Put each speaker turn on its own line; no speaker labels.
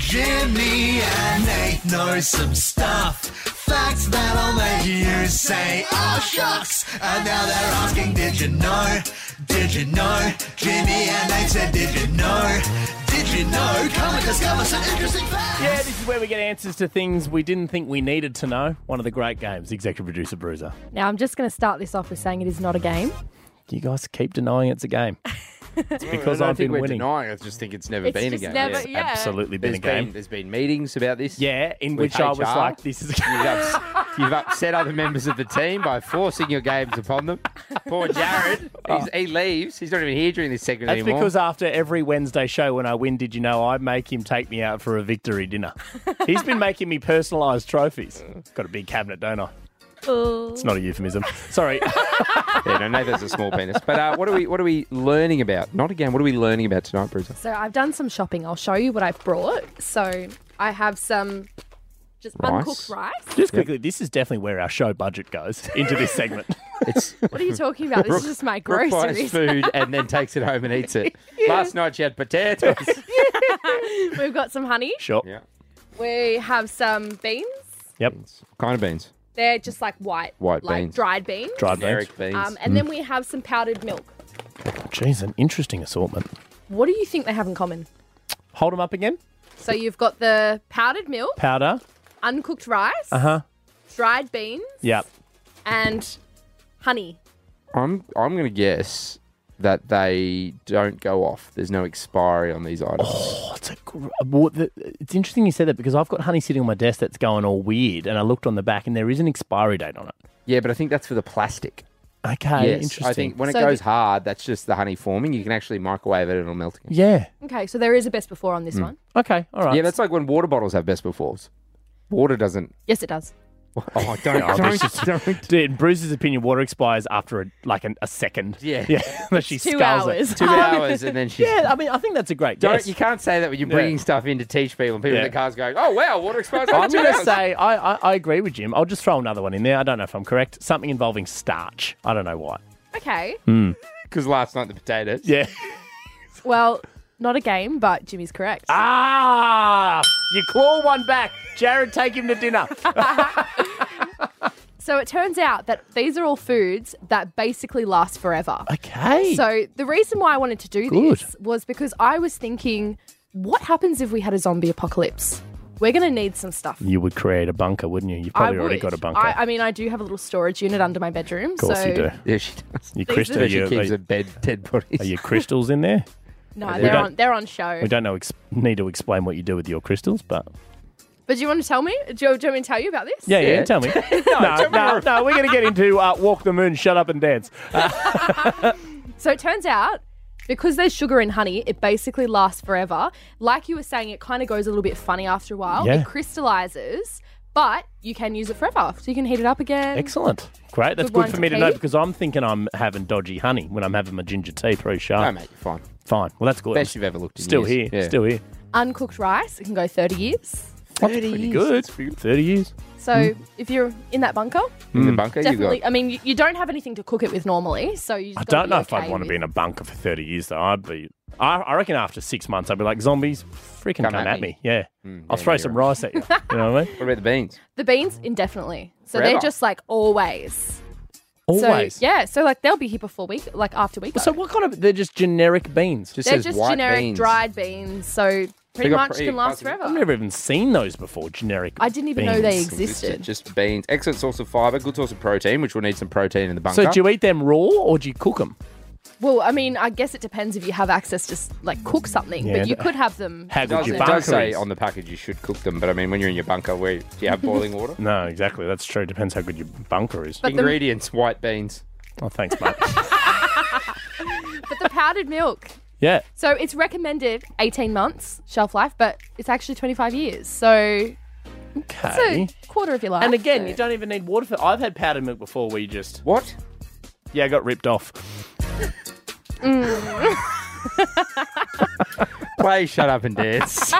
Jimmy and Nate know some stuff. Facts that'll make you say, oh shucks. And now they're asking, did you know? Did you know? Jimmy and Nate said, did you know? Did you know? Come and discover some interesting facts.
Yeah, this is where we get answers to things we didn't think we needed to know. One of the great games, Executive Producer Bruiser.
Now, I'm just going to start this off with saying it is not a game.
You guys keep denying it's a game. It's because
I don't
I've
think
been
we're
winning.
denying. I just think it's never
It's
been
just
a game.
never-
There's-
yeah.
Absolutely been
there's
a game.
Been, there's been meetings about this.
yeah, in
With
which I was
HR.
like, this is a game.
You've, ups- you've upset other members of the team by forcing your games upon them. Poor Jared. He's, he leaves. He's not even here during this segment
That's
anymore.
because after every Wednesday show when I win, did you know I make him take me out for a victory dinner? He's been making me personalised trophies. Got a big cabinet, don't I?
Oh.
It's not a euphemism. Sorry.
yeah, no, Nathan's a small penis. But uh, what are we? What are we learning about? Not again. What are we learning about tonight, Bruiser?
So I've done some shopping. I'll show you what I've brought. So I have some just
Rice?
uncooked rice.
Just quickly, this is definitely where our show budget goes into this segment.
It's
What are you talking about? This is just my
Brooke buys
groceries.
food and then takes it home and eats it. Last night she had potatoes.
We've got some honey.
Sure.
yeah.
We have some beans.
Yep.
Kind of beans.
They're just like white,
White
like
beans.
dried beans.
Dried beans.
Eric beans. Mm.
Um, and then we have some powdered milk.
Jeez, an interesting assortment.
What do you think they have in common?
Hold them up again.
So you've got the powdered milk,
Powder.
uncooked rice,
Uh-huh.
dried beans,
Yep.
and honey.
I'm I'm gonna guess that they don't go off. There's no expiry on these items.
Oh, it's, a gr- well, the, it's interesting you said that because I've got honey sitting on my desk that's going all weird, and I looked on the back and there is an expiry date on it.
Yeah, but I think that's for the plastic.
Okay,
yes,
Oh, interesting.
I think when
So
it goes
the-
hard, that's just the honey forming. You can actually microwave it and it'll melt again.
yeah.
Okay, so there is a best before on this
Mm.
one.
Okay. All right.
Yeah, that's like when water bottles have best befores. Water doesn't.
Yes, it does.
Oh, don't. don't, don't.
Dude, in Bruce's opinion, water expires after a, like an, a second.
Yeah.
Yeah. Unless she
Two
sculls it.
hours.
Two hours and then she's.
Yeah, I mean, I think that's a great
Don't,
guess.
You can't say that when you're bringing stuff in to teach people and people
Yeah.
in the cars going, oh, wow, water expires
I'm
after two
going to
hours.
say, I, I, I agree with Jim. I'll just throw another one in there. I don't know if I'm correct. Something involving starch. I don't know why.
Okay.
Because last night the potatoes.
Yeah.
Well, not a game, but Jimmy's correct.
Ah! You claw one back. Jared, take him to dinner.
So it turns out that these are all foods that basically last forever.
okay.
So the reason why I wanted to do
Good.
this was because I was thinking, what happens if we had a zombie apocalypse? We're going to need some stuff.
you would create a bunker, wouldn't you? You've
I
probably already
would.
got a bunker.
I, I mean, I do have a little storage unit under my bedroom.
of course
so
you do.
Yeah, she does.
You
are
crystal,
the-
are,
She
you, are,
keeps her
you-
bed, dead bodies.
are your crystals in there?
No,
We
they're
don't-
on they're on show.
We don't know. Ex- need to explain what you do with your crystals, but
But do you want to tell me? Do you, do you want me to tell you about this?
yeah, yeah.
Yeah.
tell me. no, no, no, We're going to get into uh, walk the moon, shut up and dance.
So it turns out because there's sugar in honey, it basically lasts forever. Like you were saying, it kind of goes a little bit funny after a while.
Yeah.
It crystallizes, but you can use it forever. So you can heat it up again.
Excellent. Great. That's
Good
good,
one
for
to
me to know
keep.
because I'm thinking I'm having dodgy honey when I'm having my ginger tea pretty sharp.
No, mate, you're fine.
Fine. Well, that's good.
Best you've ever looked in
Still here.
years. Yeah.
Still here.
Uncooked rice, it can go 30 years.
Pretty good. 30 years.
So if you're in that bunker,
In
Mm.
the bunker, you've got
definitely. I mean, you, you don't have anything to cook it with normally. So you
I don't know if I'd want to be in a bunker for 30 years, though. I'd be. I, I reckon after six months, I'd be like, zombies, freaking come, at me. Yeah. I'll
yeah,
throw
you're
some
right.
rice at you. You know what I mean?
What about the beans?
The beans, indefinitely. So
Forever.
they're just like always.
Always.
So yeah, so like they'll be here before week, like after week.
So, what kind of. They're just generic beans.
Just
They're
says
just
white
generic
beans.
dried beans, so pretty
got
much
pretty
can last
classic-
I've
forever.
never even seen those before, generic
I didn't even know they
beans.
Just-
existed.
Just beans. Excellent source of fiber. Good source of protein, which we'll need some protein in the bunker.
So, do you eat them raw or do you cook them?
Well, I mean, I guess it depends if you have access to s- like cook something,
Yeah,
but you
that-
could have them.
How
it does,
good your
it
bunker
does say
is.
on the package you should cook them, but I mean, when you're in your bunker, where do you have boiling water?
No, exactly. That's true. Depends how good your bunker is.
But the-
Ingredients: white beans.
Oh, thanks, mate.
But the powdered milk.
yeah.
So it's recommended 18 months shelf life, but it's actually 25 years. So
Okay.
it's a quarter of your life.
and again, you
so-
don't even need water for. I've had powdered milk before where you just
What?
yeah, I got ripped off.
Play shut up and dance.